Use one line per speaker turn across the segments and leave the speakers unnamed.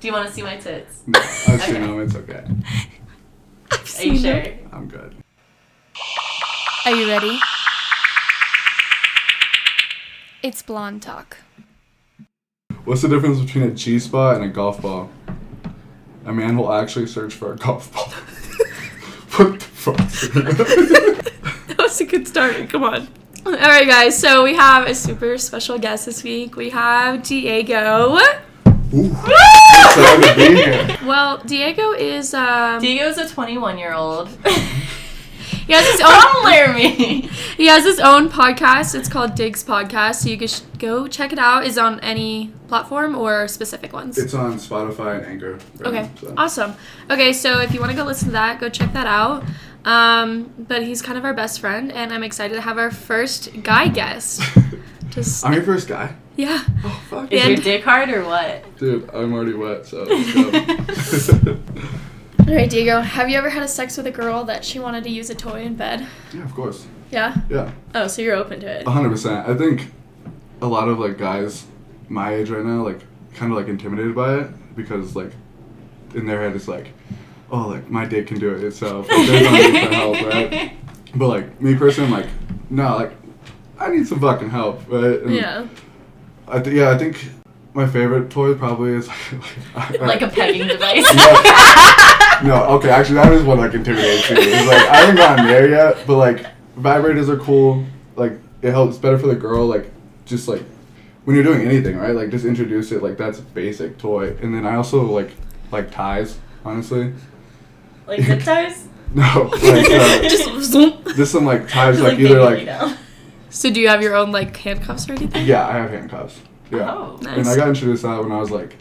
Do you want to see my tits?
No, I've seen
Okay.
them. It's okay.
Are you sure?
I'm good.
Are you ready? It's blonde talk.
What's the difference between a G spot and a golf ball? A man will actually search for a golf ball. what the fuck?
That was a good start. Come on. All right, guys. So we have a super special guest this week. We have Diego.
Ooh. Excited to be here.
Well, Diego is um,
Diego's a 21 year old
he has his
from
own
Laramie.
he has his own podcast. It's called Diggs Podcast. So you can sh- go check it out. Is on any platform or specific ones.
It's on Spotify and Anchor. right
Okay,
now, so.
awesome. Okay, so if you want to go listen to that, go check that out. Um, but he's kind of our best friend, and I'm excited to have our first guy guest. Just
I'm your first guy.
yeah,
Oh fuck.
Is
Yeah.
your dick hard or what?
Dude, I'm already wet, so. let's go.
All right, Diego, have you ever had a sex with a girl that she wanted to use a toy in bed?
yeah, of course.
Yeah.
Yeah,
Oh, so you're open to it.
Um, 100%. I think a lot of like guys my age right now like kind of like intimidated by it because like in their head it's like, oh, like my dick can do it itself. Like, there's no need for help, right? But like me personally, I'm like, no, like I need some fucking help, right? And
Yeah.
I th- yeah, I think my favorite toy probably is like,
Like a pegging device.
No, okay, actually, that is what like intimidates me. It's like I haven't gotten there yet, but like vibrators are cool. Like it helps better for the girl. Like just like when you're doing anything, right? Like just introduce it. Like that's a basic toy. And then I also like like ties. Honestly,
like zip ties?
no. Like uh,
Just zoom.
just some like ties.
Just,
Like
bend
either
your
like
knee down.
So do you have your own like handcuffs or anything?
yeah, I have handcuffs. Yeah.
Oh.
And I got introduced to that when I was like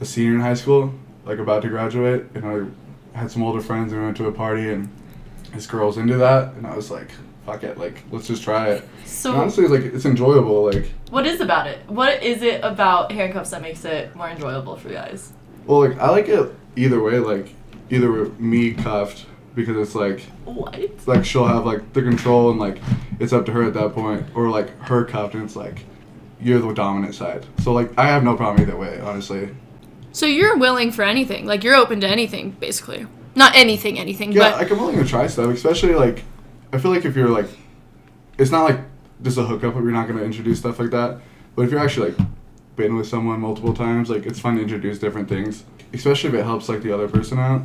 a senior in high school, like about to graduate, and I had some older friends and we went to a party and this girl's into that and I was like, fuck it, like let's just try it.
So,
and honestly like it's enjoyable, like
what is about it? What is it about handcuffs that makes it more enjoyable for you guys?
well like I like it either way, like either with me cuffed because it's like
What?
like she'll have like the control and like it's up to her at that point or like her cuffed and it's like you're the dominant side. So like I have no problem either way, honestly.
So you're willing for anything. Like you're open to anything, basically. Not anything, anything.
Yeah,
but
like I'm willing to try stuff, especially like I feel like if you're like, it's not like just a hookup. You're not gonna introduce stuff like that. But if you're actually like been with someone multiple times, like it's fun to introduce different things, especially if it helps like the other person out.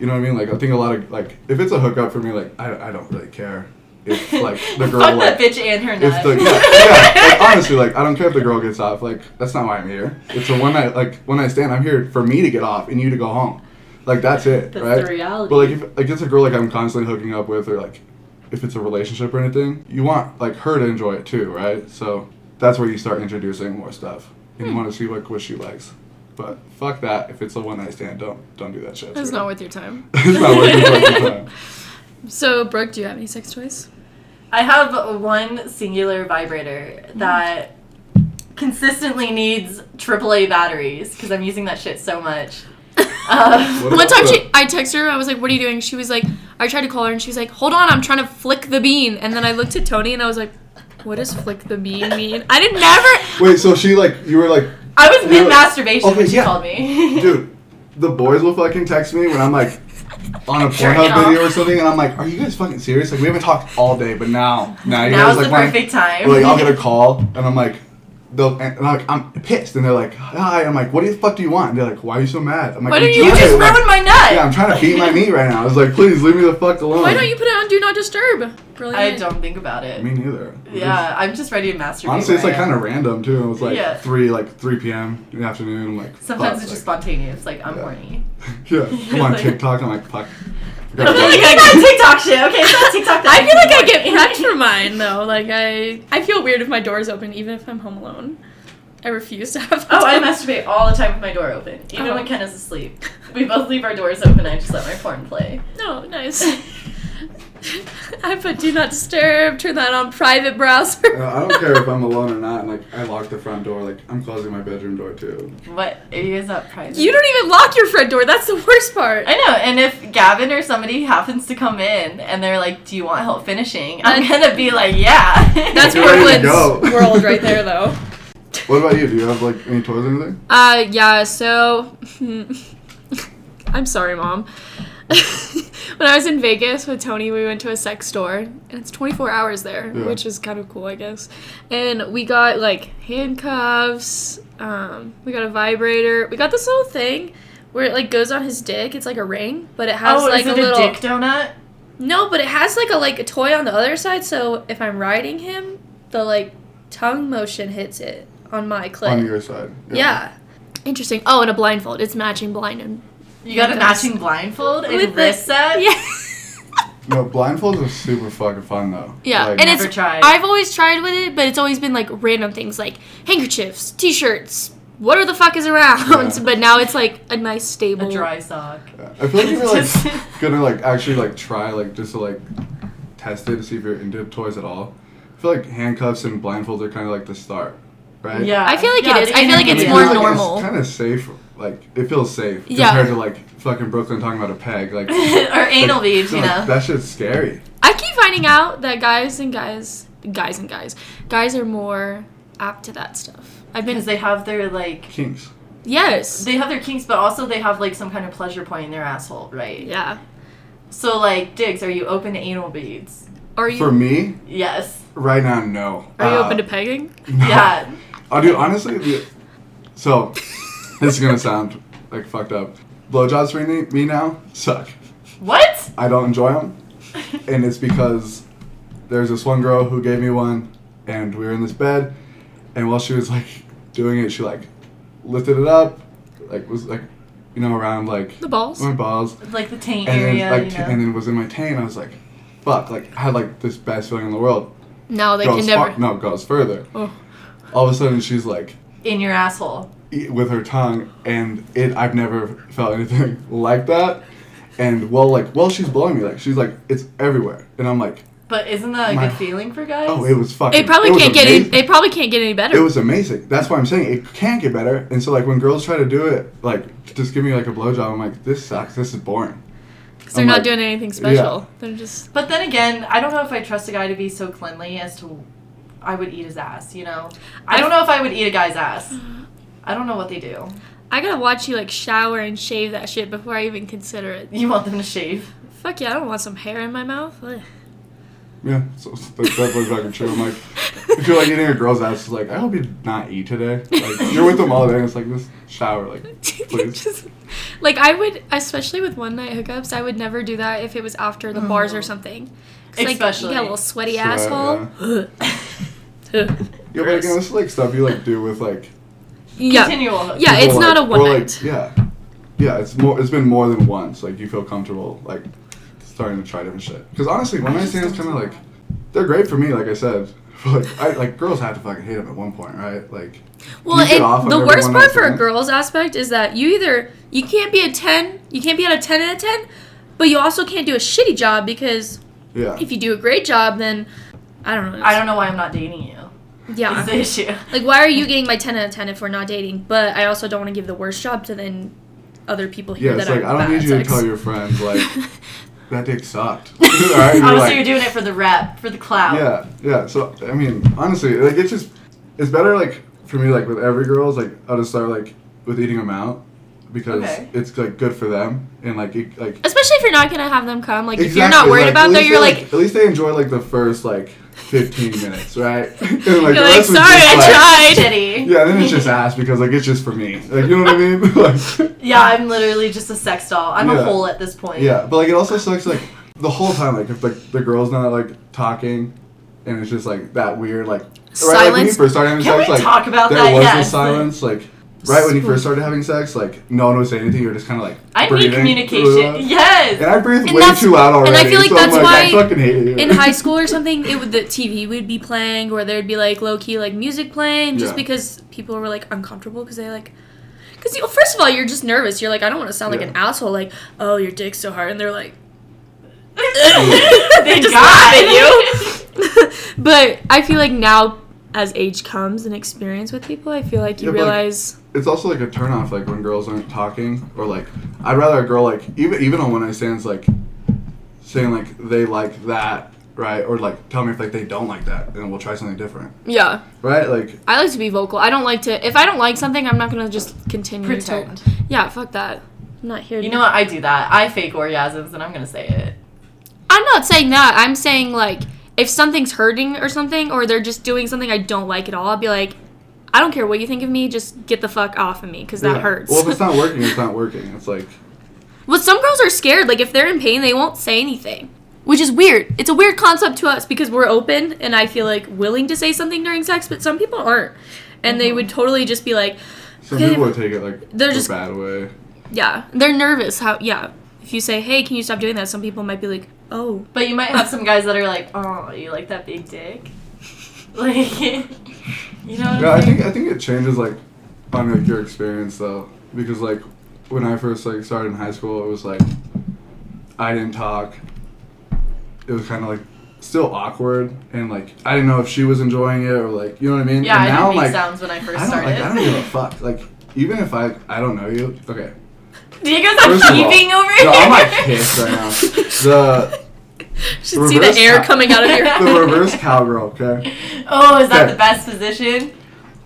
You know what I mean? Like I think a lot of like if it's a hookup for me, like I, I don't really care if like the girl
Fuck
like
that bitch and her
if
nut.
the yeah, yeah like, honestly like I don't care if the girl gets off. Like that's not why I'm here. It's a one night like one night stand. I'm here for me to get off and you to go home. Like that's it,
That's
right?
the reality.
But like, if like it's a girl like I'm constantly hooking up with, or like, if it's a relationship or anything, you want like her to enjoy it too, right? So that's where you start introducing more stuff, and you want to see like what she likes. But fuck that. If it's a one night stand, don't don't do that shit.
it's not worth your time.
it's not worth your fucking time.
So Brooke, do you have any sex toys?
I have one singular vibrator that consistently needs AAA batteries because I'm using that shit so much. Uh,
What
One
about
time
the-
she, I texted her. I was like, "What are you doing?" She was like, "I tried to call her, and she was like, hold on, I'm trying to flick the bean." And then I looked at Tony, and I was like, "What does flick the bean mean?" I didn't never.
Wait, so she like you were like,
I was
Really?
mid masturbation
Okay,
when she
yeah.
called me.
dude, the boys will fucking text me when I'm like. On a
Jerking
Pornhub video
off.
or something, and I'm like, "Are you guys fucking serious? Like, we haven't talked all day, but now, now you
Now's
guys like
the
wanna-
perfect time.
Or, like I'll get a call and I'm like, they'll and I'm like I'm pissed and they're like, hi. I'm like, what the fuck do you want? And they're like, why are you so mad? I'm like,
Why
"I'm
don't you
you
trying."
just
I'm like,
ruined my nut.
Yeah, I'm trying to beat my meat right now. I was like, please leave me the fuck alone.
Why don't you put it on Do Not Disturb? Brilliant.
I don't think about it.
Me neither. It was-
yeah, I'm just ready to masturbate.
Honestly, it's
where
like
I am.
kind of random too. It was like
Yeah.
three, like three p.m. in the afternoon. I'm like,
Sometimes it's
fuck,
just
like,
spontaneous. Like I'm
Yeah.
horny.
yeah. Come on,
Like-
TikTok. I'm like, fuck.
I feel like
It's
I
not
get.
TikTok shit. Okay, it's not TikTok. that
I feel like I
horny.
get prepped for mine though. Like I, I feel weird if my door is open, even if I'm home alone. I refuse to have.
Oh, I masturbate all the time with my door open, even
Oh.
when Ken is asleep. We both leave our doors open. I just let my porn play.
No, nice. I put Do Not Disturb. Turn that on private
Oh.
browser.
Uh, I don't care if I'm alone or not. Like, I lock the front door. Like, I'm closing my bedroom door too.
What are you guys not private?
You don't even lock your front door. That's the worst part.
I know, and if Gavin or somebody happens to come in and they're like, "Do you want help finishing?" I'm
That's-
gonna be like, "Yeah."
That's
You're ready to
Brooklyn's
go.
world right there, though.
What about you? Do you have like any toys or anything?
Uh, yeah, so. I'm sorry, mom. when I was in Vegas with Tony, we went to a sex store, and it's 24 hours there,
Yeah.
which is kind of cool, I guess. And we got like handcuffs, um, we got a vibrator, we got this little thing where it like goes on his dick. It's like a ring, but it has
oh, is
like
it
a
a,
little
dick donut?
no, but it has like a like a toy on the other side, so if I'm riding him, the like tongue motion hits it on my clit.
On your side.
Yeah. Interesting. Oh, and a blindfold. It's matching blind and
You got a
Yes.
matching blindfold and
With the-
wrist set?
yeah.
No, blindfolds are super fucking fun though.
yeah,
Like,
and
Never
it's
tried.
I've always tried with it, but it's always been like random things like handkerchiefs, t-shirts, whatever the fuck is around.
Yeah.
But now it's like a nice
A
stable.
dry sock.
I feel like if you're
Just-
like gonna like actually like try like just to like test it to see if you're into toys at all. I feel like handcuffs and blindfolds are kind of like the start, right?
Yeah.
I feel like it
Yeah,
is.
the
I feel like it's
intermediate.
more
Yeah.
normal.
kind of safe. Like it feels safe
Yeah.
compared to like fucking Brooklyn talking about a peg. Like
or anal
like,
beads, you
like,
know.
That shit's scary.
I keep finding out that guys and guys, guys and guys, guys are more apt to that stuff. I've been
Because they have their like
Kinks.
yes,
they have their kinks, but also they have like some kind of pleasure point in their asshole, right?
yeah.
So like, Diggs, are you open to anal beads?
Are you
For me,
Yes.
right now, no.
are you
Uh,
open to pegging?
no.
Yeah.
Oh, dude, honestly, the- so this is gonna sound like fucked up. Blowjobs for me, me now suck.
What?
I don't enjoy them, and it's because there's this one girl who gave me one, and we were in this bed, and while she was like doing it, she like lifted it up, like was like, you know, around like
The balls.
my balls,
like the taint
and
area,
then like
you
t-
know.
and then was in my taint. I was like, fuck, like I had like this best feeling in the world.
No, they
goes
can never.
fu- no goes further.
Oh.
All of a sudden, she's like
in your asshole.
eat with her tongue, and it I've never felt anything like that. And well, like well, she's blowing me, like she's like it's everywhere, and I'm like,
But isn't that a
My-
good feeling for guys?
oh, it was fucking.
It probably
was
can't get any.
amazing.
It probably can't get any better.
It was amazing. That's why I'm saying it can't get better. And so like when girls try to do it, like just give me like a blowjob, I'm like this sucks. This is boring.
Because they're
I'm
not
like,
doing anything special. They're just.
But then again, I don't know if I trust a guy to be so cleanly as to I would eat his ass, you know? I don't know if I would eat a guy's ass. I don't know what they do.
I gotta watch you like shower and shave that shit before I even consider it.
You want them to shave.
Fuck yeah, I don't want some hair in my mouth. Ugh.
Yeah, so so that's definitely fucking true. I'm like, if you're like eating a girl's ass, it's like I hope you not eat today. Like you're with them all day, and it's like this shower, like please.
Just- like I would, especially with one night hookups, I would never do that if it was after the bars or something. 'Cause,
Especially.
like, you got a little sweaty
Oh. Sweat,
asshole. Ugh.
Yeah, but like, you know, it's like stuff you like do with like.
yeah,
Continual hook.
Yeah, it's
people,
not
like-
a one
or, like,
night.
yeah, yeah, it's more. It's been more than once. Like you feel comfortable like starting to try different shit. Because honestly, one
I
night
just
stands
don't
kind of
do
like they're great for me. Like I said, but like I like girls have to fucking hate them at one point, right? Like
Well,
You get off
and
on
the
every
worst
one
part
night
for a
stand.
girl's aspect is that you either you can't be a ten, you can't be at a ten out of ten, but you also can't do a shitty job because
yeah,
if you do a great job, then I don't know.
I don't know why I'm not dating you.
Yeah.
Is the issue.
Like, why are you getting my 10 out of 10 if we're not dating? But I also don't want to give the worst job to then other people
yeah.
here
It's
that
like
are
I don't need you to tell your friends like that dick sucked. all right, you're
Honestly,
like-
you're doing it for the rep, for the clout.
Yeah, yeah. So I mean, honestly, like it's just it's better like for me like with every girl is like I'll just start like with eating them out because
Okay.
it's like good for them and like it, like
Especially if you're not going to have them come. Like, if you're
Exactly,
not worried
like, at
about that,
least
you're
they,
like,
at least they enjoy like the first like 15 minutes, right? And, like,
you're like, sorry,
tried.
I tried.
Shitty.
Yeah, then it's just ass because like it's just for me. Like you know what I mean? like,
Yeah, I'm literally just a sex doll. I'm a
Yeah.
hole at this point.
yeah, but like it also sucks like the whole time like if like the girl's not like talking and it's just like that weird like right like when you
Silence.
first started having
Can
sex
we
like
talk about
there
that?
was
Yes.
this silence like right when you first started having sex like no one was saying anything you were just kind of like
I need
breathing.
communication. Yes.
And I breathe
And
way
that's-
too loud already.
and I feel like
so
that's
I'm like,
why
I fucking hate it.
In high school or something, it would, the TV would be playing, or there'd be like low key like music playing, just
Yeah.
because people were like uncomfortable because they like, because you first of all you're just nervous. You're like, I don't want to sound like
Yeah.
an asshole. Like, oh, your dick's so hard, and they're like,
They
they just
got
laugh
it.
at you. but I feel like now, as age comes and experience with people, I feel like you
Yeah, but, like,
realize
it's also like a turnoff like when girls aren't talking or like I'd rather a girl like even even on one night stands like saying like they like that right? Or like tell me if like they don't like that, and we'll try something different,
Yeah.
right? Like
I like to be vocal. I don't like to. If I don't like something, I'm not gonna just continue.
Pretend.
To, yeah, fuck that. I'm not here. to
You know what? I do that. I fake orgasms and I'm gonna say it.
I'm not saying that. I'm saying like if something's hurting or something, or they're just doing something I don't like at all, I'll be like, I don't care what you think of me. Just get the fuck off of me because that
yeah.
hurts.
Well, if it's not working, it's not working. It's like
But some girls are scared. Like if they're in pain, they won't say anything, which is weird. It's a weird concept to us because we're open and I feel like willing to say something during sex, but some people aren't, and
Uh-huh.
they would totally just be like,
some
Okay,
people would take it like
they're
the
just-
bad way.
yeah, they're nervous. How yeah. If you say, "Hey, can you stop doing that?" Some people might be like, "Oh,
But you might have some guys that are like, oh, you like that big dick? Like, you know what
Yeah, I
I'm saying?
think I think it changes like on like your experience though, because like when I first like started in high school, it was like I didn't talk. It was kind of like still awkward, and like I didn't know if she was enjoying it or like you know what I mean.
yeah,
and
I
now
didn't make
like
sounds when I first
I don't
started.
like I don't give a fuck. Like even if I I don't know you, okay.
Diego's
First of all,
heaving over
No,
here.
I'm not pissed right now. The
should see the
Reverse
air
cow-
coming out of your."
the reverse cowgirl, okay.
oh, is that
Okay.
the best position?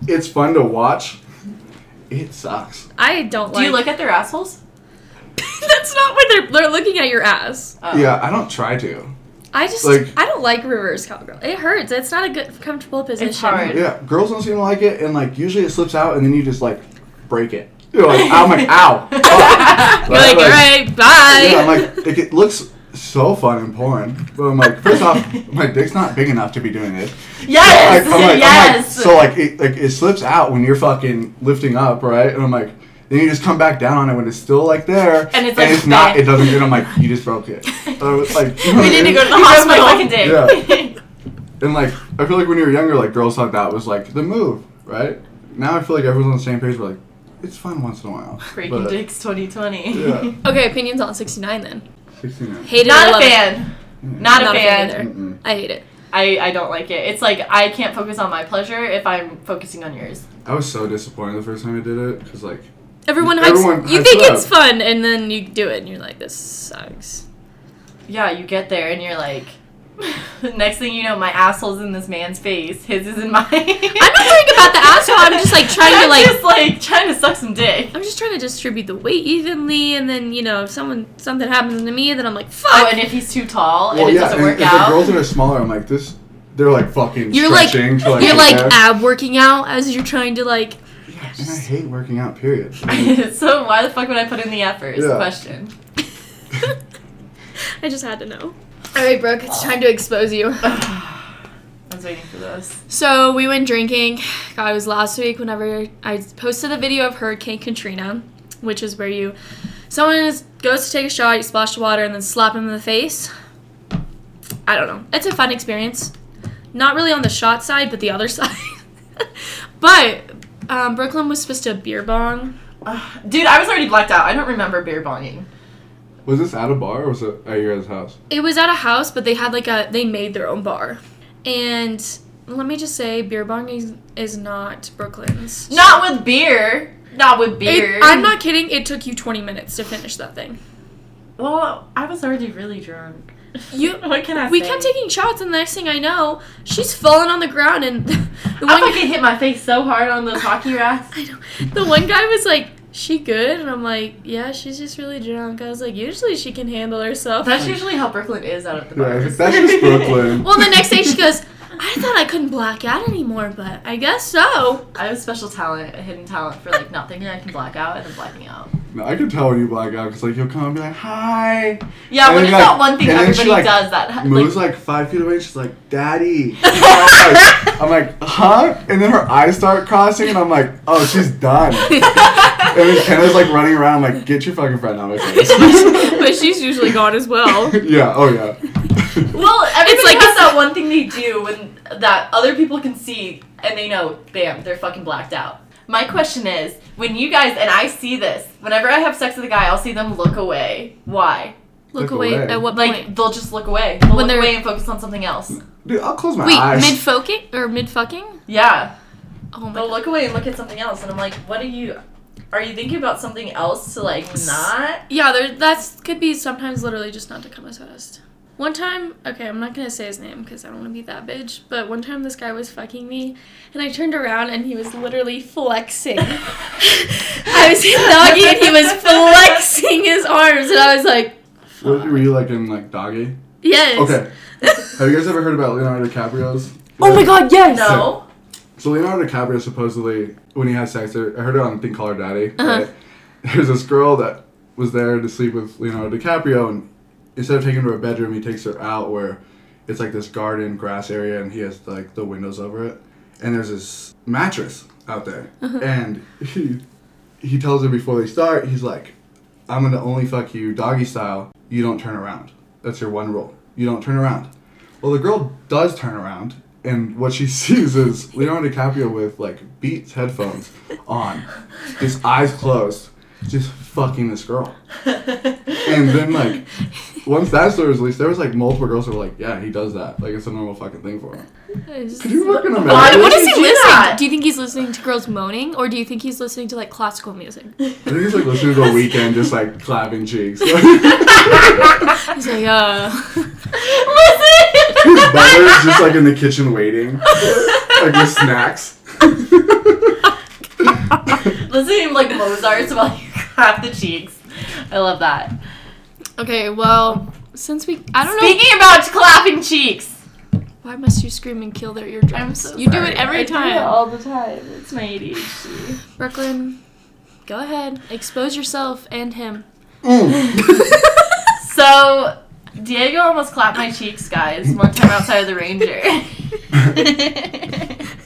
It's fun to watch. It sucks.
I don't like.
Do you look at their assholes?
That's not what they're they're looking at your ass.
Oh.
Yeah, I don't try to.
I just
Like-
I don't like reverse cowgirl. It hurts. It's not a good comfortable position.
hard.
Yeah, girls don't seem to like it, and like usually it slips out, and then you just like break it. You're like, I'm like, ow. Oh.
You're like, all right, bye.
Yeah, I'm like, it, it looks so fun and porn, but I'm like, first off, my dick's not big enough to be doing this.
Yes.
Like, I'm like, I'm like-
yes.
so like, it, like it slips out when you're fucking lifting up, right? And I'm like. Then you just come back down on it when it's still like there,
And it's like,
it's not.
bang.
It doesn't. And I'm like, you just broke it. So it's like, you know
we
what I
need to
mean?
go to the
You broke my
hospital.
fucking
dick.
And like, I feel like when you were younger, like girls thought that was like the move, right? Now I feel like everyone's on the same page. We're like, it's fun once in a while.
Breaking
But-
dicks 2020.
Yeah,
okay, opinions on 69 then.
69.
Hate it. or
Not a
love it.
fan. Not, a fan.
either.
Mm-mm.
I hate it.
I, I don't like it. It's like I can't focus on my pleasure if I'm focusing on yours.
I was so disappointed the first time I did it because like,
Everyone,
Everyone
hypes, you
hypes
think
it
it's
up.
fun, and then you do it, and you're like, this sucks.
Yeah, you get there and you're like, next thing you know, my asshole's in this man's face. His is in mine. I'm
not worried about the asshole, I'm just, like, trying to,
I'm
like-
just like trying to suck some dick.
I'm just trying to distribute the weight evenly, and then you know, if someone something happens to me, then I'm like, fuck.
Oh, and if he's too tall and it doesn't
and
work
if
out,
the girls that are smaller, I'm like this. They're like fucking
you're like,
stretching to like.
you're
get
like
there.
ab working out as you're trying to like.
Yeah, and I hate working out. Period.
so why the fuck would I put in the effort? Is the
Yeah.
question.
I just had to know. All right, Brooke, it's time to expose you.
I was waiting for this.
So we went drinking. God, it was last week whenever I posted the video of Hurricane Katrina, which is where you someone is, goes to take a shot, you splash the water, and then slap him in the face. I don't know. It's a fun experience. Not really on the shot side, but the other side. but um, Brooklyn was supposed to beer bong.
Ugh. dude, I was already blacked out. I don't remember beer bonging.
Was this at a bar or was it at your guys' house?
It was at a house, but they had like a they made their own bar. And let me just say, beer bong is, is not Brooklyn's.
Not with beer. Not with beer.
It- I'm not kidding. It took you 20 minutes to finish that thing.
Well, I was already really drunk.
You-
what can I
We
say?
kept taking shots, and the next thing I know, she's fallen on the ground, and the
I
one
fucking hit my face so hard on those hockey racks.
I know. the one guy was like, "She good?" And I'm like, "Yeah, she's just really drunk." I was like, "Usually she can handle herself."
That's usually how Brooklyn is out at the
Yeah,
bars.
that's just Brooklyn.
well, the next day she goes, "I thought I couldn't black out anymore, but I guess so."
I have a special talent, a hidden talent for like not thinking I can black out and then blacking out.
No, I could tell when you black out because like you'll come and be like, hi.
Yeah, when
And then
it's
you're
not
like-
one thing
and then
everybody
she, like,
does that.
moves
like,
like five feet away. She's like, "Daddy," And I'm like, I'm like, "Huh?" And then her eyes start crossing, and I'm like, "Oh, she's done." and then Kenna's like running around, like, "Get your fucking friend out of my face."
but she's usually gone as well.
yeah. Oh yeah.
well, everybody
It's like-
has that one thing they do when that other people can see and they know, bam, they're fucking blacked out. My question is, when you guys and I see this, whenever I have sex with a guy, I'll see them look away. Why?
Look,
Look
away.
away.
At what
Like
point?
they'll just look away. They'll look
When they're-
away and focus on something else.
Dude, I'll close my
Wait,
eyes.
mid fucking or mid fucking?
Yeah.
Oh my
They'll
god.
look away and look at something else, and I'm like, what are you? Are you thinking about something else to like not?
Yeah, there. That's could be sometimes literally just not to come as fast. One time, okay, I'm not gonna say his name because I don't want to be that bitch. But one time, this guy was fucking me, and I turned around and he was literally flexing. I was doggy and he was flexing his arms, and I was like,
What, were you like in like doggy?
yes.
Okay. Have you guys ever heard about Leonardo DiCaprio's?
oh my god, yes.
No.
So Leonardo DiCaprio supposedly, when he had sex, there- I heard it on Think Call Her Daddy.
Uh-huh.
Right? There's this girl that was there to sleep with Leonardo DiCaprio, and instead of taking her to her bedroom, he takes her out where it's like this garden grass area, and he has like the windows over it, and there's this mattress out there, and he he tells her before they start, he's like, "I'm gonna only fuck you doggy style. You don't turn around. That's your one rule. You don't turn around." Well, the girl does turn around, and what she sees is Leonardo DiCaprio with like Beats headphones on, his eyes closed, just fucking this girl. And then like, once that story was released, there was like multiple girls who were like, "Yeah, he does that. Like it's a normal fucking thing for him." Could you fucking imagine?
Why would
what is
you
he
do
listening?
that?
to? Do you think he's listening to girls moaning, or do you think he's listening to like classical music?
I think it's like listening to a weekend, just like clapping cheeks.
He's like, uh,
His brother's just like in the kitchen waiting, like with snacks.
Listening to like Mozart's while you clap the cheeks. I love that.
okay. Well, since we, I don't know.
Speaking about clapping cheeks.
Why must you scream and kill their eardrums? you do it every time.
all the time. It's my ADHD.
Brooklyn, go ahead. Expose yourself and him.
Mm.
So Diego almost clapped my cheeks, guys, one time outside of the Ranger.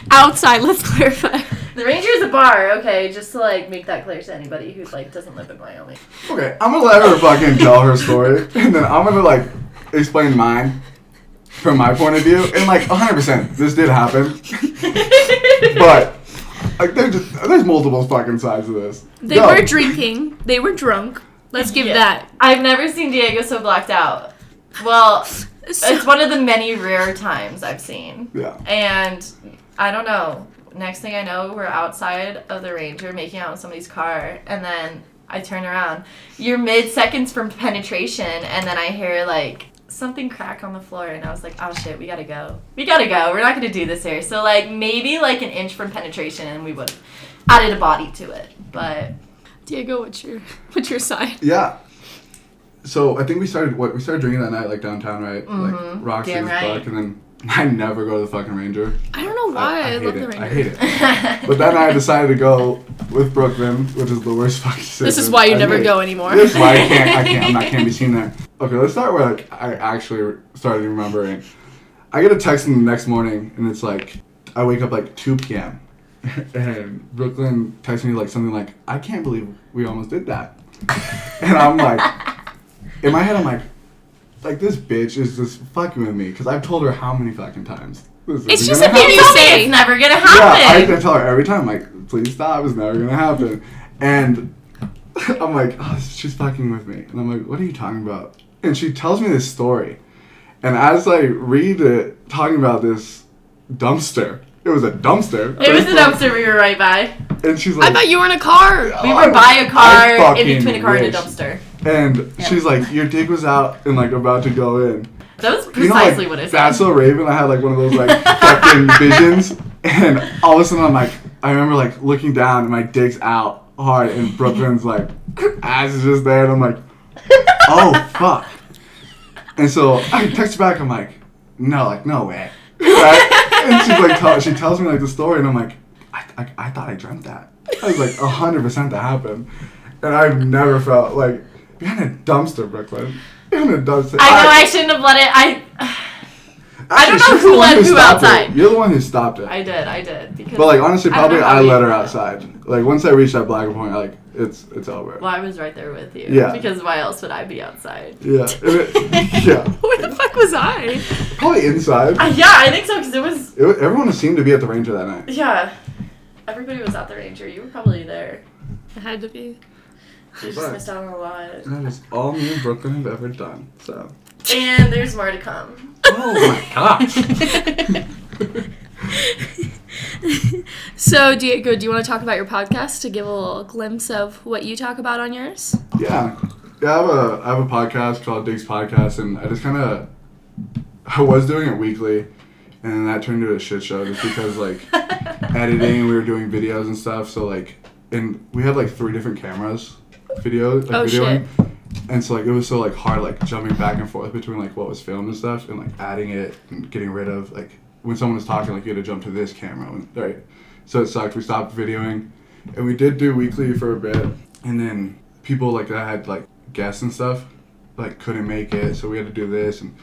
Outside, let's clarify.
the Ranger is a bar, okay, just to like make that clear to anybody who like doesn't live in Wyoming.
Okay, I'm gonna let her fucking tell her story, and then I'm gonna like explain mine from my point of view. And like 100%, this did happen, but like there's just there's multiple fucking sides of this.
They
Yo,
were drinking. They were drunk. Let's give
Yeah.
that.
I've never seen Diego so blacked out. Well, it's one of the many rare times I've seen.
Yeah.
And I don't know. Next thing I know, we're outside of the Ranger making out with somebody's car, and then I turn around. You're mid seconds from penetration, and then I hear like something crack on the floor, and I was like, oh shit, we gotta go. We gotta go. We're not gonna do this here. So, like, maybe like an inch from penetration, and we would have added a body to it. But
Diego, what's your what's your side?
Yeah. So I think we started what we started drinking that night like downtown, right?
Mhm.
Mm-hmm.
Like Roxy's
Damn right.
fuck, and then I never go to the fucking Ranger.
I don't know why. I,
I, I hate
love
it.
the Ranger.
I hate it. But then I decided to go with Brooklyn, which is the worst fucking decision.
This is why you
I
never
made.
go anymore.
This is why I can't. I can't. I'm not can't be seen there. Okay, let's start where like I actually started remembering. I get a text in the next morning, and it's like I wake up like 2 p.m. and Brooklyn texts me like something like, "I can't believe we almost did that," and I'm like, in my head, I'm like, like this bitch is just fucking with me because I've told her how many fucking times. This
It's
isn't
just
gonna
a thing
happen.
you
Tell me
say.
it's never gonna
Yeah, I used
happen.
to tell her every time, like, please stop, it's never gonna happen. And I'm like, oh, she's fucking with me. And I'm like, what are you talking about? And she tells me this story. And as I read it, talking about this dumpster, it was a dumpster.
it was an dumpster we were right by.
And she's
I
like,
thought you were in a car.
We
"Oh,
were by a
I
car, in
fucking
between a car and
wish."
a dumpster.
And she's like, your dick was out and like about to go in.
That was
You know,
precisely
like,
what it
That's
said.
so Raven. I had like one of those like fucking visions, and all of a sudden I'm like, I remember like looking down and my dick's out hard, and Brooklyn's like ass is just there, and I'm like, oh fuck. And so I text her back. I'm like, no, like no way. Right? And she's like, tell, she tells me like the story, and I'm like, I, I, I thought I dreamt that. I was like, hundred percent that happened, and I've never felt like behind a dumpster, Brooklyn. Behind a dumpster.
I know I shouldn't have let it. I I don't
Actually,
know
she's the
who
one
let who
stopped it.
outside.
You're the one who stopped it.
I did. I did. Because
but like honestly,
I don't
probably
know
I,
how
let
you-
her outside. Like once I reached that black point, like it's it's over.
Well, I was right there with you.
Yeah.
Because why else would I be outside?
Yeah, If it- yeah.
Where the fuck was I?
Probably inside.
Uh, yeah, I think so. Because it was.
It, wa- everyone seemed to be at the ranger that night.
Yeah. Everybody was at the Ranger. You were probably there.
I had to be.
You just
Right.
missed out on a lot.
That is all me and Brooklyn have ever done. So.
And there's more to come.
Oh my gosh.
So, Diego, do you want to talk about your podcast to give a little glimpse of what you talk about on yours?
Yeah. Yeah, I have a I have a podcast called Diggs Podcast, and I just kind of I was doing it weekly, and then that turned into a shit show just because like editing, we were doing videos and stuff. So like, and we had like three different cameras, video like
Oh,
videoing, and so like it was so like hard like jumping back and forth between like what was filmed and stuff, and like adding it and getting rid of like when someone was talking like you had to jump to this camera, when, right? So it sucked. We stopped videoing, and we did do weekly for a bit, and then people like that had like guests and stuff, like couldn't make it, so we had to do this and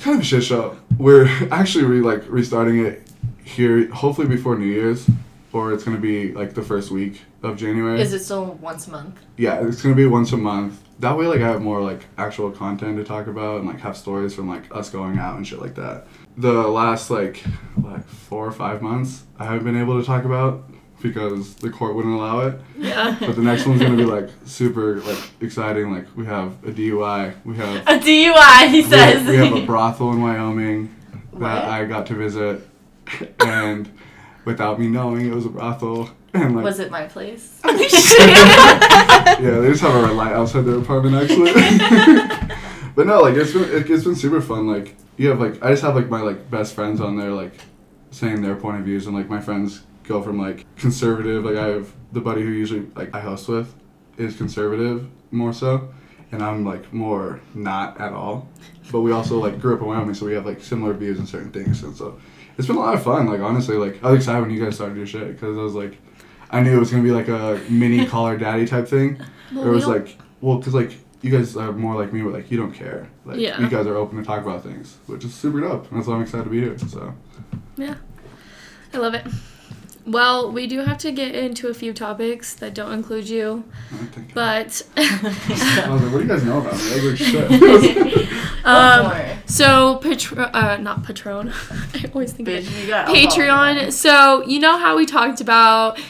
kind of a shit show. We're actually re- like restarting it here, hopefully before New Year's, or it's gonna be like the first week of January.
Is it still once a month?
yeah, it's gonna be once a month. That way, like I have more like actual content to talk about and like have stories from like us going out and shit like that. The last like like four or five months, I haven't been able to talk about because the court wouldn't allow it.
Yeah.
But the next one's gonna be like super like exciting. Like we have a DUI, we have
A DUI, he
we-
says.
We, have a brothel in Wyoming
What?
that I got to visit, and without me knowing, it was a brothel. And like,
Was it my place?
yeah, they just have a red light outside their apartment actually. but no, like it's been it, it's been super fun. Like you have like I just have like my like best friends on there like saying their point of views and like my friends go from like conservative. Like I have the buddy who usually like I host with is conservative more so, and I'm like more not at all. But we also like grew up in Wyoming, so we have like similar views on certain things, and so it's been a lot of fun. Like honestly, like I was excited when you guys started your shit because I was like. I knew it was gonna be like a mini caller daddy type thing.
Well,
Or it
we
was
don't-
like, well, because like you guys are more like me, where like you don't care. Like
Yeah.
you guys are open to talk about things, which is super dope. And that's why I'm excited to be here. So
I love it. Well, we do have to get into a few topics that don't include you,
I don't think.
but
I was like, what do you guys know about me? I was like, shit.
um,
More.
so Patron, uh, not Patron. I always think of it.
Bitch, you got
Patreon. So you know how we talked about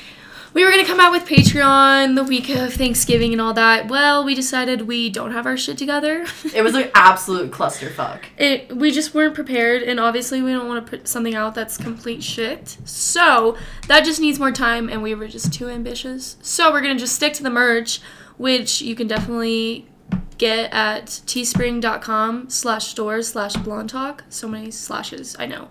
we were gonna come out with Patreon the week of Thanksgiving and all that. Well, we decided we don't have our shit together.
It was an absolute clusterfuck.
it we just weren't prepared and obviously we don't want to put something out that's complete shit so that just needs more time and we were just too ambitious so we're gonna just stick to the merch which you can definitely get at teespring.com slash store slash blonde talk so many slashes i know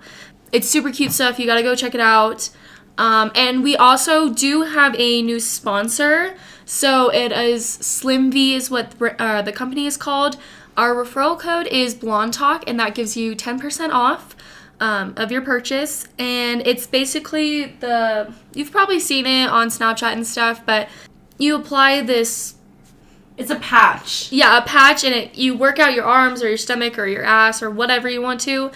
it's super cute stuff you gotta go check it out um, and we also do have a new sponsor. So it is Slim V is what the, br- uh, the company is called. Our referral code is Blonde Talk, and that gives you 10% off um, of your purchase. And it's basically the you've probably seen it on Snapchat and stuff, but you apply this
It's a patch.
yeah a patch, and it you work out your arms or your stomach or your ass or whatever you want to.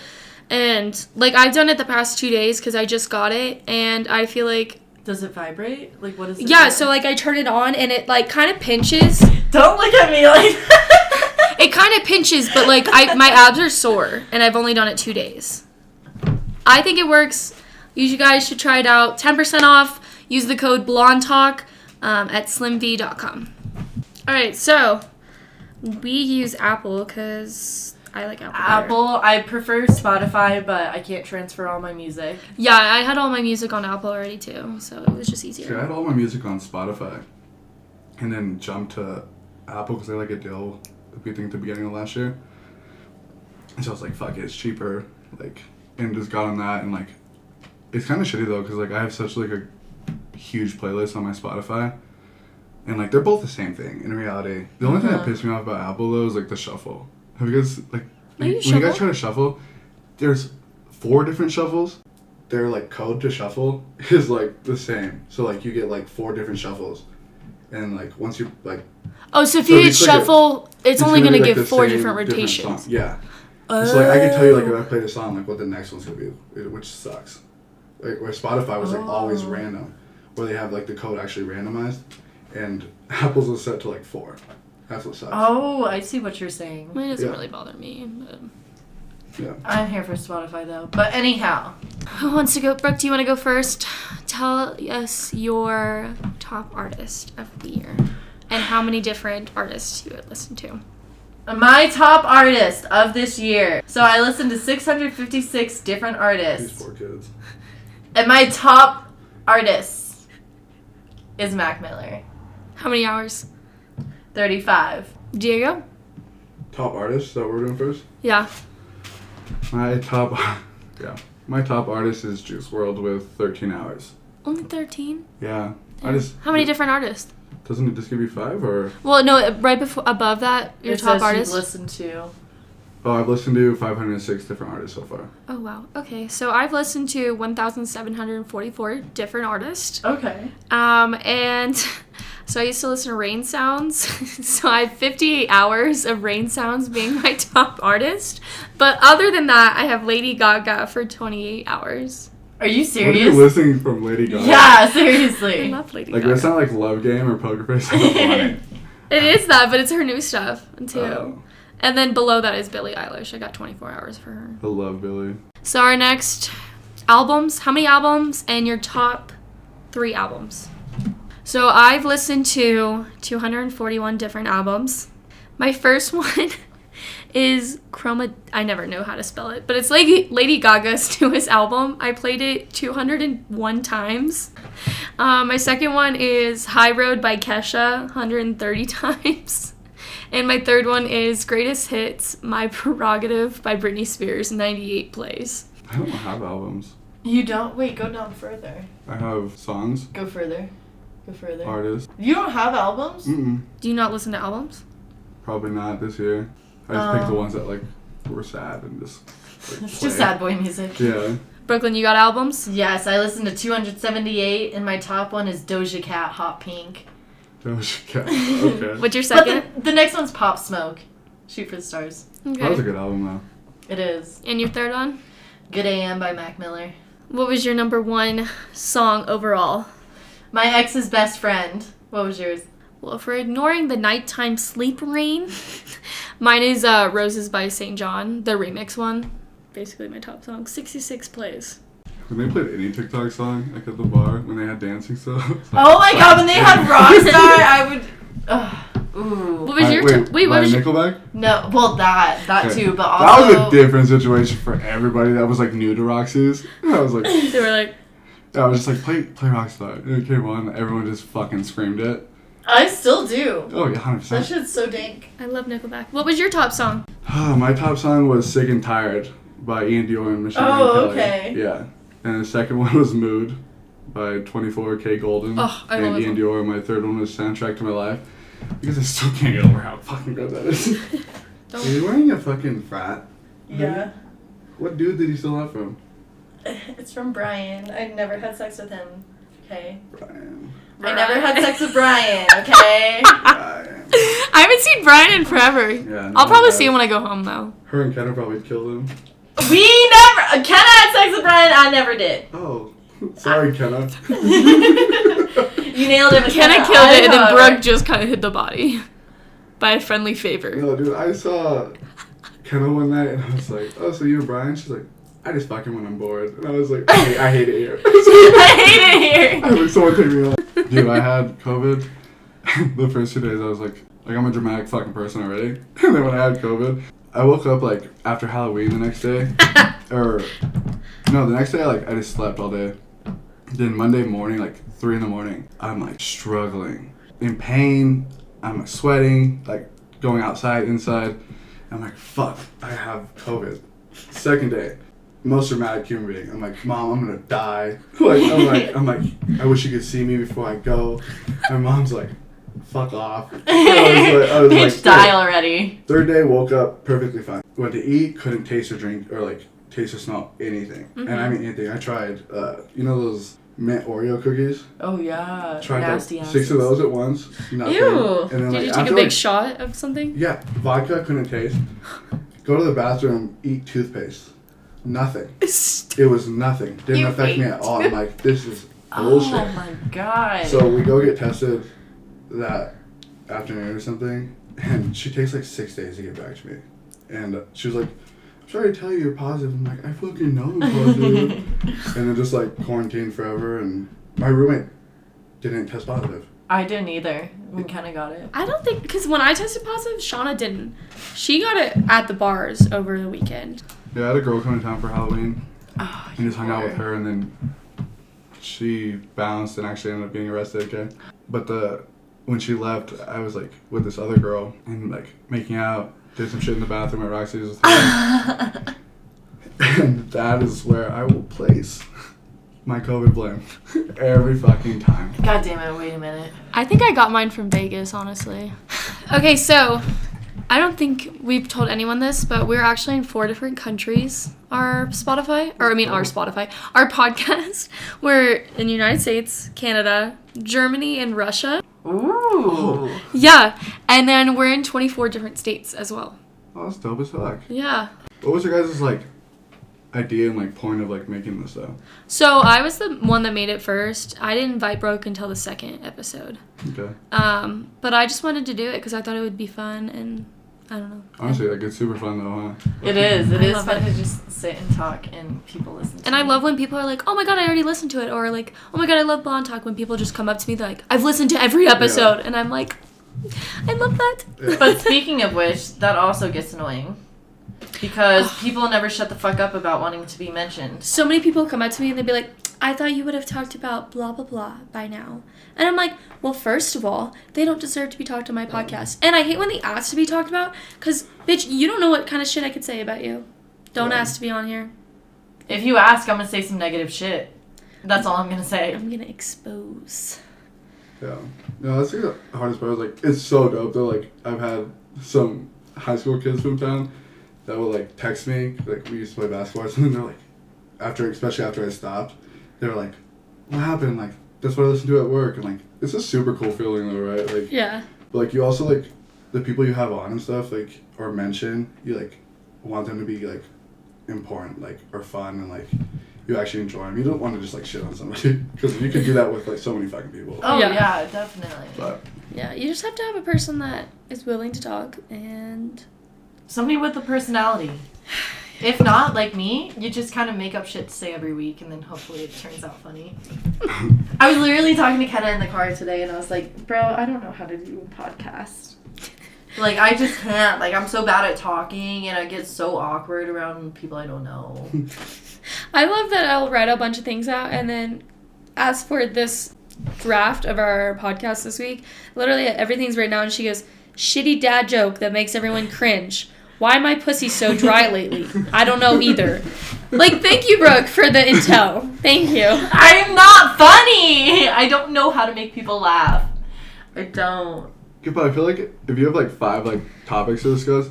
And like I've done it the past two days because I just got it, and I feel like
Does it vibrate? Like what is it?
Yeah,
do?
so like I turn it on and it like kind of pinches.
don't look at me like
It kind of pinches, but like I my abs are sore and I've only done it 2 days. I think it works. You guys should try it out. 10% off. Use the code blonde talk um, at slimv.com. All right, so we use Apple cuz I like Apple. better.
Apple. I prefer Spotify, but I can't transfer all my music.
Yeah, I had all my music on Apple already too, so it was just
See, I
easier.
had all my music on Spotify, and then jumped to Apple because they had, like a deal. I think at the beginning of last year, and so I was like, fuck it, it's cheaper. Like, and just got on that, and like, it's kind of shitty though because like I have such like a huge playlist on my Spotify, and like they're both the same thing in reality. The only thing that
Uh-huh.
Mhm.
pissed me off about Apple though is like the shuffle. Have you guys like
Oh,
when
you
you guys
shuffle?
try to shuffle? There's four different shuffles. Their like code to shuffle is like the same. So like you get like four different shuffles, and like once you like
Oh, so if
So
you
it's
hit
like a-
shuffle, it's, only
gonna be,
going to
like,
give
the
four
same
different rotations.
song. yeah. So like I can tell you like if I played a song like what the next one's gonna be, which sucks. Like where Spotify was like always
Oh.
random, where they have like the code actually randomized, and Apple's was set to like four. That's what sucks.
Oh, I see what you're saying.
Mine doesn't
Yeah.
really bother me. But.
I'm here for Spotify though. But anyhow,
Who wants to go? Brooke, do you want to go first? Tell us your top artist of the year and how many different artists you would listen to.
my top artist of this year. So I listened to 656 different
These
artists,
poor kids.
and my top artist is Mac Miller.
How many hours?
35.
Diego?
Top artists that we're doing first.
Yeah.
My top, yeah, my top artist is Juice World with 13 hours.
Only 13?
Yeah, I just
How many different artists?
doesn't it just give you five or
Well, no, right before above that, your
It
top
says you've
artist.
listened to.
oh I've listened to 506 different artists so far.
Oh wow. Okay, so I've listened to 1,744 different artists.
Okay.
Um, and so I used to listen to Rain Sounds. so I have 58 hours of Rain Sounds being my top artist. But other than that, I have Lady Gaga for 28 hours.
Are you
What are you
serious?
listening from Lady Gaga?
yeah,
I
seriously.
love Lady
Like
Gaga.
it's not like Love Game or Poker Face. I don't want it.
It is that, but it's her new stuff too.
Oh,
And then below that is Billie Eilish. I got 24 hours for her.
I love Billy.
So our next albums, how many albums and your top 3 albums? So I've listened to 241 different albums. My first one is Chroma I never know how to spell it, but it's Lady Lady Gaga's newest album. I played it 201 times. Um, my second one is High Road by Kesha 130 times. And my third one is Greatest Hits, My Prerogative by Britney Spears, 98 plays.
I don't have albums.
You don't. Wait, go down further.
I have songs,
Go further. Go further.
artists.
You don't have albums?
Mm-mm.
Do you not listen to albums?
Probably not this year. I just picked the
Oh.
ones that like were sad and just. Like,
It's
play.
just sad boy music.
Yeah.
Brooklyn, you got albums?
Yes, I listened to 278, and my top one is Doja Cat, Hot Pink.
Doja Cat. Okay.
What's your second?
But the, the next one's Pop Smoke, Shoot for the Stars.
That was a
Okay.
good album though.
It is.
And your third one?
Good AM by Mac Miller.
What was your number one song overall?
My ex's best friend. What was yours?
Well, if we're ignoring the nighttime sleep rain, mine is uh, Roses by St. John, the remix one. Basically, my top song. 66 plays.
When
Mm.
they played any TikTok song, like at the bar, when they had dancing stuff.
Oh my god, when they had Rockstar, I would. Ugh. ooh.
What was your.
wait,
Wait, wait what
by
was your.
Nickelback?
No, well, that. That
Okay.
too, Uh, but
That
also.
was a different situation for everybody that was like new to Roxy's. I was like,
They were like,
I was just like, play, play Rockstar. And it came on, everyone just fucking screamed it.
I still do.
Oh yeah, hundred
That
percent.
shit's so dank.
I love Nickelback. What was your top song?
My top song was "Sick and Tired" by Ian Dior and Michelle.
Oh,
Kelly.
okay.
Yeah, and the second one was "Mood" by 24K Golden
Oh, I
and
love that
Ian Dior. My third one was "Soundtrack to My Life" because I still can't get over how fucking good that is.
Don't-
Are you wearing a fucking frat?
Yeah.
What dude did he steal that from?
It's from Brian. I never had sex with him. Okay.
Brian.
I never had sex with Brian, okay?
Brian.
I haven't seen Brian in forever.
Yeah,
I'll probably
no,
see him when I go home, though.
Her and Kenna probably killed him.
we never. Ken had sex with Brian. I never did.
Oh, sorry, Kenna.
You nailed it.
Kenna killed it, and then Brooke just kind of hid the body by a friendly favor.
No, dude, I saw Kenna one night and I was like, oh, so you're Brian? She's like, I just fuck him when I'm bored. And I was like, okay, I hate it here.
I hate it
I
here.
was like, someone take me off. Dude, I had COVID the first two days. I was like, like I'm a dramatic fucking person already. And then when I had COVID, I woke up like after Halloween the next day. or, no, the next day, like, I just slept all day. Then Monday morning, like three in the morning, I'm like struggling, in pain. I'm sweating, like going outside, inside. I'm like, fuck, I have COVID. Second day, most dramatic human being. I'm like, mom, I'm gonna die. Like, I'm like, I'm like, I wish you could see me before I go. My mom's like, fuck off. I was like, I was like,
Bitch, die already.
Third day, woke up perfectly fine. Went to eat, couldn't taste or drink or like taste or smell anything. And I
Mm-hmm.
mean anything. I tried, uh, you know those mint Oreo cookies.
Oh, yeah.
Tried like six of those at once. Nothing.
Ew.
And then,
Did
like,
you take
after,
a big
like,
shot of something?
yeah, vodka couldn't taste. Go to the bathroom, eat toothpaste. Nothing. It was nothing. Didn't
You
affect me at
ate
all. I'm like, this is bullshit.
Oh my god.
So we go get tested that afternoon or something, and she takes like six days to get back to me. And she was like, I'm sorry to tell you you're positive. I'm like, I fucking know I'm positive. and then just like quarantined forever, and my roommate didn't test positive.
I didn't either. We kind of got it.
I don't think because when I tested positive, Shauna didn't. She got it at the bars over the weekend.
Yeah, I had a girl come to town for Halloween.
Oh,
and just hung out with her, and then she bounced and actually ended up getting arrested. Okay, but the when she left, I was like with this other girl and like making out, did some shit in the bathroom at Roxy's. with her. and that is where I will place my COVID blame every fucking time.
God damn it, wait a minute.
I think I got mine from Vegas, honestly. Okay, so I don't think we've told anyone this, but we're actually in four different countries. Our Spotify, or I mean, our Spotify, our podcast. We're in the United States, Canada, Germany, and Russia.
Oh.
Ooh.
Yeah, and then we're in 24 different states as well.
Oh, that's dope as fuck.
Yeah.
What was your guys' like idea and like point of like making this though?
So I was the one that made it first. I didn't invite Broke until the second episode.
Okay.
Um, but I just wanted to do it because I thought it would be fun and I don't know.
Honestly, like it's super fun though, huh?
It is. It
I
is
love
fun
it.
to just sit and talk and people listen to
And I
you.
love when people are like, "Oh my god, I already listened to it," or like, "Oh my god, I love Blonde Talk." When people just come up to me, they're like, "I've listened to every episode," and I'm like, "I love that."
Yeah.
But speaking of which, that also gets annoying. Because people never shut the fuck up about wanting to be mentioned.
so many people come up to me and they'd be like, "I thought you would have talked about blah blah blah by now," and I'm like, "Well, first of all, they don't deserve to be talked on
Oh.
my podcast," and I hate when they ask to be talked about because, bitch, you don't know what kind of shit I could say about you. Don't
Yeah.
ask to be on here.
If you ask, I'm gonna say some negative shit. That's all I'm gonna say.
I'm gonna expose.
Yeah. No, that's like the hardest part. Is like it's so dope though. Like I've had some high school kids from town that will like text me. Like we used to play basketball or something. They're like, after especially after I stopped, they were like, "What happened?" Like that's what I listen to at work. And like it's a super cool feeling though, right? Like
Yeah.
but, like you also like the people you have on and stuff like or mention you like want them to be like important like or fun and like you actually enjoy them. You don't want to just like shit on somebody because you could do that with like so many fucking people.
Oh
Yeah.
yeah, definitely.
But
Yeah. You just have to have a person that is willing to talk and.
Somebody with a personality. If not, like me, you just kind of make up shit to say every week and then hopefully it turns out funny. I was literally talking to Kenna in the car today and I was like, bro, I don't know how to do a podcast. Like, I just can't. Like, I'm so bad at talking and I get so awkward around people I don't know.
I love that I'll write a bunch of things out and then as for this draft of our podcast this week, literally everything's written down and she goes, Shitty dad joke that makes everyone cringe. Why my pussy so dry lately? I don't know either. Like, thank you, Brooke, for the intel. Thank you.
I'm not funny! I don't know how to make people laugh. I don't.
Yeah, but I feel like if you have like five like topics to discuss,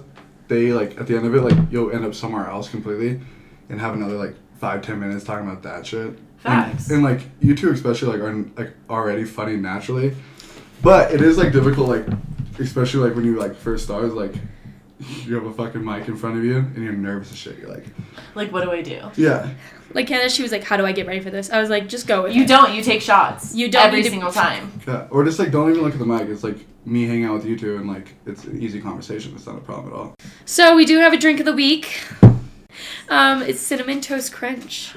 they like at the end of it like you'll end up somewhere else completely, and have another like five ten minutes talking about that shit.
Facts.
And, and like you two especially like are like already funny naturally, but it is like difficult like especially like when you like first start is like you have a fucking mic in front of you and you're nervous as shit. You're like
Like, what do I do?
yeah.
Like, Candace, she was like, How do I get ready for this? I was like, Just go with
You
it."
don't. You take shots.
You don't
Every
need to-
single time.
Yeah, or just like don't even look at the mic. It's like me hanging out with you two, and like it's an easy conversation. It's not a problem at all.
So, we do have a drink of the week. Um, it's Cinnamon Toast Crunch.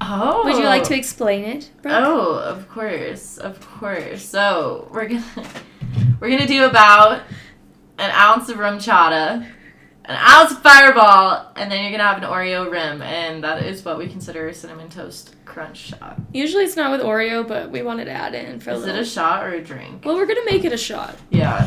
Oh.
Would you like to explain it, Brooke?
Oh, of course, of course. So we're gonna we're gonna do about an ounce of rum chata, an ounce of Fireball, and then you're gonna have an Oreo rim, and that is what we consider a cinnamon toast crunch shot.
Usually it's not with Oreo, but we wanted to add in for a
Is it
little.
a shot or a drink?
well, we're gonna make it a shot.
Yeah,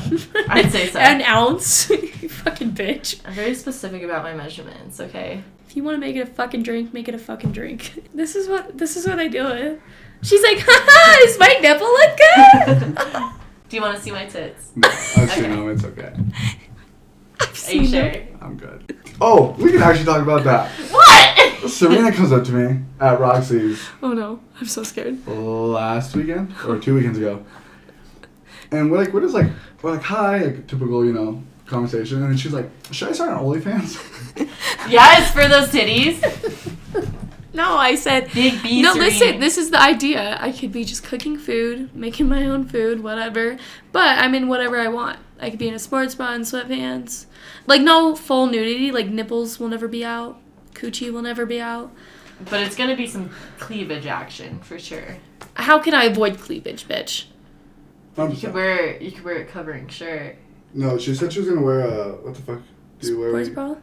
I'd say so.
An ounce, you fucking bitch.
I'm very specific about my measurements. Okay.
If you want to make it a fucking drink, make it a fucking drink. This is what this is what I deal with. She's like, haha, does my nipple look good?
do you want to see my tits?
No, I was
Okay.
saying, no, it's okay.
Are you sure?
I'm good. Oh, we can actually talk about that.
What?
Serena comes up to me at Roxy's
Oh no, I'm so scared.
last weekend or two weekends ago, and we're like, we're just like, we're like, hi, like, typical, you know, conversation, and she's like, should I start an OnlyFans?
Yes, for those titties.
No, I said.
Big B.
No,
serene.
listen, this is the idea. I could be just cooking food, making my own food, whatever. But I'm in whatever I want. I could be in a sports bra and sweatpants. Like, no full nudity. Like, nipples will never be out. Coochie will never be out.
But it's gonna be some cleavage action for sure.
How can I avoid cleavage, bitch?
I'm
You
just-
could wear you could wear a covering shirt.
no, she said she was gonna wear a what the fuck? Do you wear when
Sports
you-
bra?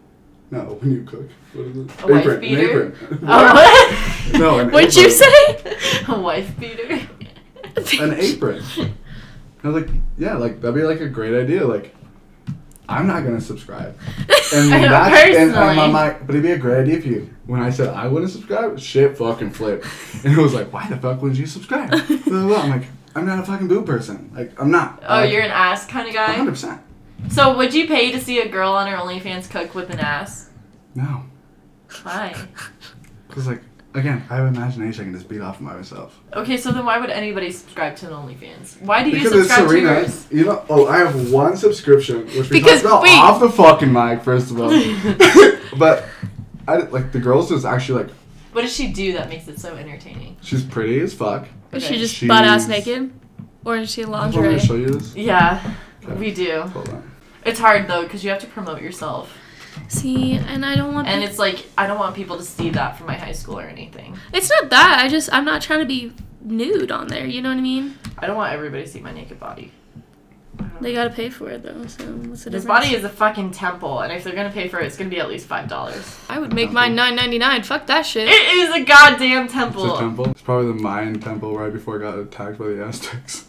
no when you cook? What is it?
A wife
apron, an
beater?
apron.
Oh,
no, an
What'd you
apron.
say?
a wife beater.
An apron. I was like, yeah, like that'd be like a great idea. Like, I'm not gonna subscribe. And
I know,
that's and, and my
personally.
mind, but it'd be a great idea for you. When I said I wouldn't subscribe, shit fucking flipped. And it was like, why the fuck wouldn't you subscribe? Blah, blah, blah. I'm like, I'm not a fucking boob person. Like, I'm not.
Oh,
Like,
you're an ass kind of guy.
100%.
So would you pay to see a girl on her OnlyFans cook with an ass?
No,
Why?
because like again, I have imagination. I can just beat off by myself.
Okay, so then why would anybody subscribe to an OnlyFans? Why do you
Because it's
subscribe to
Serena,
yours?
you know. Oh, I have one subscription, which we
Because-
talked about
wait.
off the fucking mic, first of all. but I like the girls is actually like
What does she do that makes it so entertaining?
she's pretty as fuck.
Is
Okay.
she just
She's-
butt ass naked? Or is she
Do you want me
lingerie?
to show you this?
Yeah, we do.
Hold on.
It's hard though because you have to promote yourself,
See, and I don't want
and
and
it's like I don't want people to see that from my high school or anything.
it's not that. I just I'm not trying to be nude on there, you know what I mean?
I don't want everybody to see my naked body.
They gotta pay for it though, so what's the
This
difference?
body is a fucking temple, and if they're gonna pay for it, it's gonna be at least five dollars.
I would make mine nine ninety nine. Fuck that shit.
It is a goddamn
It's a temple. It's probably the Mayan temple right before it got attacked by the Aztecs.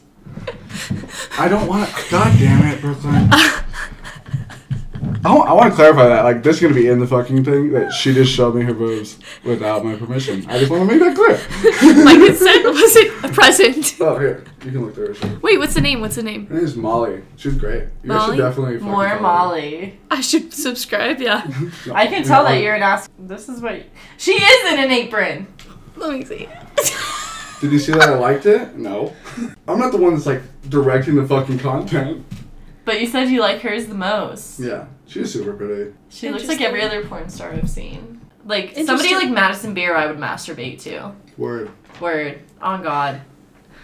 I don't want to. God damn it, Brooklyn. I want, I want to clarify that. Like, this is going to be in the fucking thing that she just showed me her boobs without my permission. I just want to make that clear.
My consent wasn't present.
Oh, here. You can look through her shit.
Wait, what's the name? What's the name?
Her name's Molly. She's great. You guys
Molly?
should definitely. fucking
More
follow her.
Molly.
I should subscribe, yeah.
No,
I can
you
tell
know,
that you're an ass. This is what. She is in an apron.
Let me see.
Did you see that I liked it? No. I'm not the one that's, like, directing the fucking content.
But you said you like hers the most.
Yeah. She's super pretty.
She looks like every
Interesting.
other porn star I've seen. Like somebody
Interesting.
like Madison Beer, I would masturbate to.
Word.
Word on God.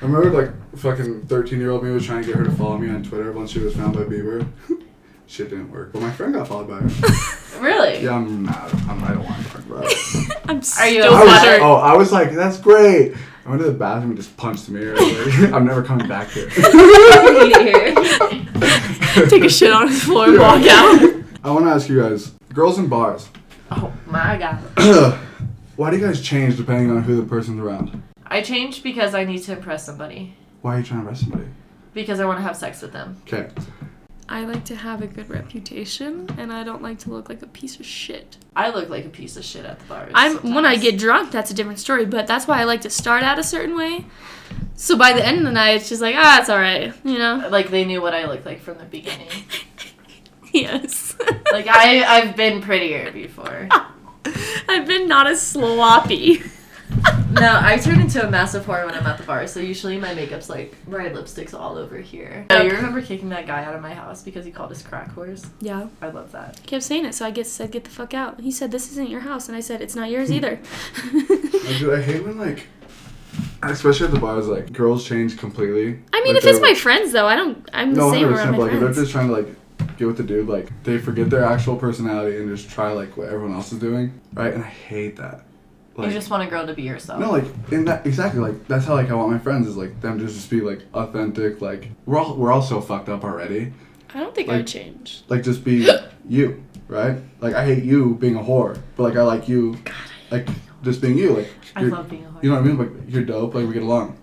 I remember like fucking thirteen year old me was trying to get her to follow me on Twitter once she was found by Bieber. Shit didn't work. But my friend got followed by her.
Really?
Yeah, I'm not. I'm, I don't want to talk about it.
I'm
Are you
still
I was,
Flattered.
flattered.
oh, I was like, that's great. I went to the bathroom and just punched the mirror. I was like, I'm never coming back here.
Take a shit on the floor and walk out.
I want to ask you guys, girls in bars,
oh my God.
why do you guys change depending on who the person's around?
I changed because I need to impress somebody.
Why are you trying to arrest somebody?
Because I want to have sex with them.
Okay.
I like to have a good reputation and I don't like to look like a piece of shit.
I look like a piece of shit at the bar.
I'm when I
sometimes.
get drunk, that's a different story, but that's why I like to start out a certain way. So by the end of the night it's just like, ah, it's alright, you know?
like they knew what I looked like from the beginning.
Yes.
like I I've been prettier before.
I've been not as sloppy.
No, I turn into a massive whore when I'm at the bar, so usually my makeup's like my lipstick's all over here. Oh, you remember kicking that guy out of my house because he called us crack whores?
Yeah.
I love that.
I kept saying it, so I guess said get the fuck out. He said this isn't your house, and I said it's not yours
Hmm.
either.
Oh, dude, I hate when like, especially at the bars, like girls change completely.
I mean,
Like,
if it's
they're-
my friends though, I don't. I'm the
No,
same
hundred
around
percent.
my
Like if they're
friends.
just trying to like get with the dude, like they forget their actual personality and just try like what everyone else is doing, right? And I hate that. Like
you just want a girl to be yourself.
no, like in that exactly like that's how like I want my friends is like them just to be like authentic. Like we're all we're all so fucked up already.
I don't think I
like-
would change.
Like just be you, right? Like I hate you being a whore, but like I like you, like just being you. Like
I
you're-
love being a whore.
You know what I mean? Like you're dope. Like we get along.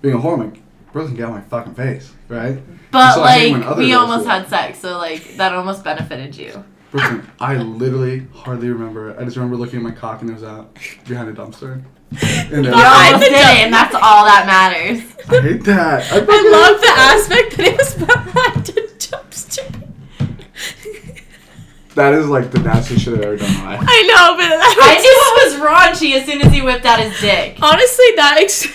Being a whore, I'm like bro, can get out of my fucking face, right?
but
so I hate when
like
other
we
girls
almost
do that.
had sex, so like that almost benefited you.
Brooklyn, I literally hardly remember. it. I just remember looking at my cock and it was out behind a dumpster. And then,
You
I
almost
think
did it, and that's all that matters.
I hate that. I, fucking
I
hate
love the
that.
aspect that it was behind a dumpster.
That is like the nastiest shit I've ever done in my life.
I know, but that
I
was-
knew it was raunchy as soon as he whipped out his dick
honestly that. Ex-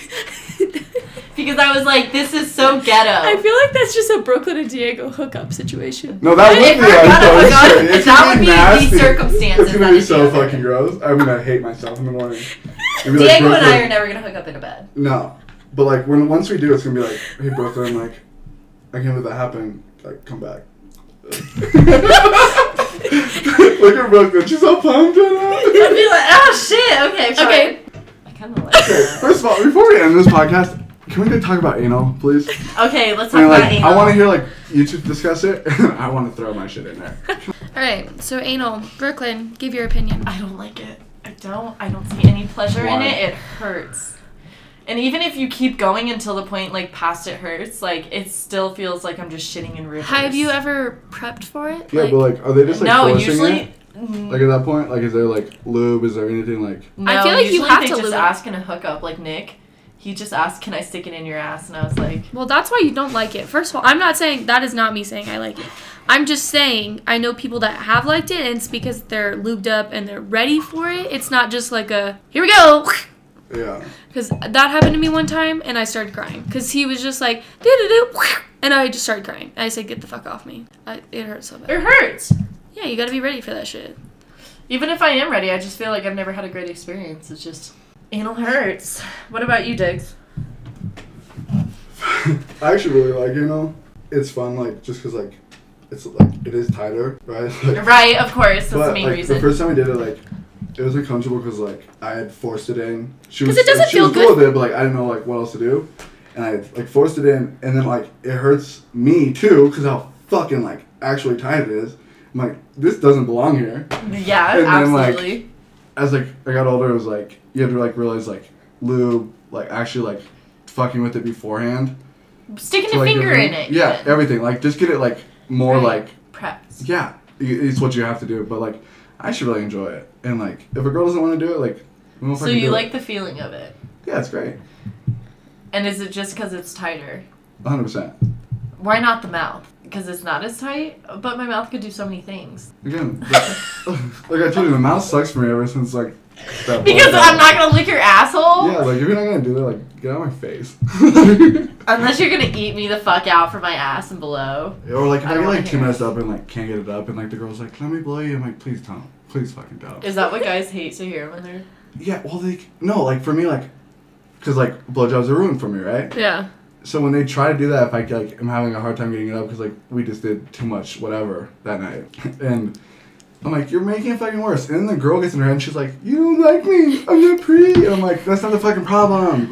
because I was like, this is so
I
ghetto.
feel like that's just a Brooklyn and Diego hookup situation.
No, that
If
would be
I
like
got up
so
and got
shitty.
it,
It's
that
gonna
would
be
be the
nasty.
circumstances
It's gonna
that
be
would
so
do that.
fucking gross. I'm gonna hate myself in the morning. It'd be like,
Diego and I
Brooklyn,
are never gonna hook up in a bed.
No, but like when once we do, it's gonna be like, hey Brooklyn, like I can't let that happen. Like come back. Look at Brooklyn. She's so pumped right now.
I'd be like, oh shit, okay, fine.
Okay.
I kind of like that.
Okay, first of all, before we end this podcast, can we go talk about anal, please?
Okay, let's talk
I mean,
about
like,
anal.
I want to hear like you two discuss it, and I want to throw my shit in there.
All right, so anal, Brooklyn, give your opinion.
I don't like it. I don't. I don't see any pleasure in
Why?
it. It hurts. And even if you keep going until the point like past it hurts, like it still feels like I'm just shitting in rivers.
Have you ever prepped for it?
Yeah, but like, are they just like
no,
forcing
usually. Mm-hmm.
it? Like at that point, like is there like lube? Is there anything like?
No,
I feel like you
usually
have
they
to
just
lube.
ask in a hookup, like Nick. He just asked, "Can I stick it in your ass?" And I was like,
Well, that's why you don't like it. First of all, I'm not saying that is not me saying I like it. I'm just saying I know people that have liked it, and it's because they're lubed up and they're ready for it. It's not just like a here we go,
Yeah.
because that happened to me one time, and I started crying because he was just like doo doo doo, and I just started crying. I said, "Get the fuck off me!" I, it hurts so bad.
"It hurts."
Yeah, you gotta be ready for that shit.
Even if I am ready, I just feel like I've never had a great experience. It's just anal hurts. What about you, Diggs?
I actually really like you know, it's fun like just cause like, it's like it is tighter, right? Like,
Right, of course. That's the main
like,
reason.
The first time we did it, like, it was uncomfortable because like I had forced it in. She
'Cause
was
it doesn't
she
feel
was
good.
cool with it, but like I didn't know like what else to do, and I like forced it in, and then like it hurts me too because how fucking like actually tight it is. I'm like, this doesn't belong here.
yeah,
and then, like,
absolutely.
As like I got older, it was like you had to like realize like lube, like actually like fucking with it beforehand.
Sticking
to,
a
like,
finger
everything.
in it.
Yeah,
even.
everything. Like just get it like more
Right.
like
prepped.
yeah, i- it's what you have to do. But like, I should really enjoy it. And like, if a girl doesn't want to do it, like, I don't know if
So
I can do
you
it.
like the feeling of it,
Yeah, it's great.
and is it just because it's tighter?
100. percent
Why not the mouth? Because it's not as tight, but my mouth could do so many things.
Again, like, like I told you, the mouth sucks for me ever since like. That
Because
blowjob.
I'm not gonna lick your asshole.
Yeah, like if you're not gonna do that, like get out of my face.
Unless you're gonna eat me the fuck out for my ass and below.
or like if
I
I
don't
get
wanna
like two
hear it.
minutes up and like can't get it up, and like the girl's like, "Let me blow you," I'm like, "Please don't, please fucking don't."
Is that what guys hate to hear when they're?
yeah, well, they no, like for me, like, cause like blowjobs are ruined for me, right?
Yeah.
So when they try to do that, if I like, I'm having a hard time getting it up because like we just did too much whatever that night, and I'm like, you're making it fucking worse. And then the girl gets in her head and she's like, you don't like me. I'm not pretty. And I'm like, that's not the fucking problem.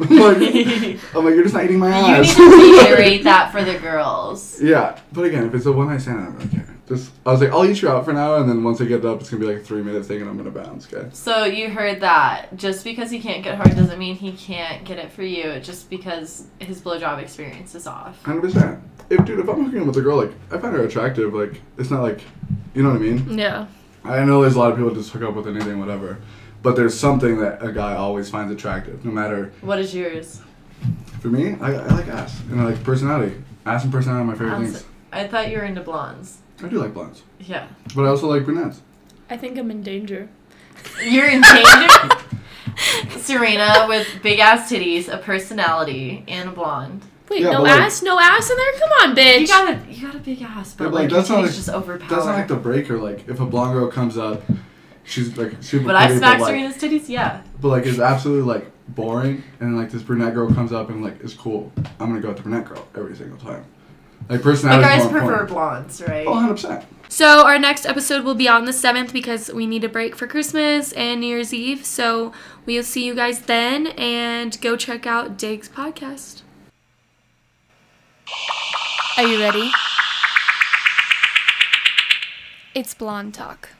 I'm like, I'm like, you're just not eating my
You need
ass.
to reiterate that for the girls.
yeah, but again, if it's a one night stand, I don't really care. Just I was like, I'll eat you out for an hour, and then once I get it up, it's gonna be like a three minute thing, and I'm gonna bounce, guys.
So you heard that. Just because he can't get hard doesn't mean he can't get it for you. Just because his blowjob experience is off.
Hundred percent. If dude, if I'm hooking up with a girl, like I find her attractive, like it's not like, you know what I mean.
Yeah.
I know there's a lot of people who just hook up with anything, whatever. But there's something that a guy always finds attractive, no matter.
What is yours?
For me, I, I like ass and I like personality. Ass and personality are my favorite
Ass-
things.
I thought you were into blondes.
I do like blondes,
Yeah.
but I also like brunettes.
I think I'm in danger.
You're in danger. Serena with big ass titties, a personality, and a blonde.
Wait,
Yeah,
no
but, like-
ass, no ass in there. Come on, bitch.
You got a you got a big ass, but
Yeah, but,
like
like, that's
your
not
titties
like-
just overpowered.
That's not like the breaker. Like if a blonde girl comes up, she's like super
but I
pretty,
smacked
but, like,
Serena's titties. Yeah.
but like is absolutely like boring. And like this brunette girl comes up and like is cool. I'm gonna go with the brunette girl every single time. Like
But
personality.
guys prefer blondes, right?
Oh, 100 percent.
So our next episode will be out on the seventh because we need a break for Christmas and New Year's Eve. So we'll see you guys then, and go check out Dig's podcast. Are you ready? It's Blonde Talk.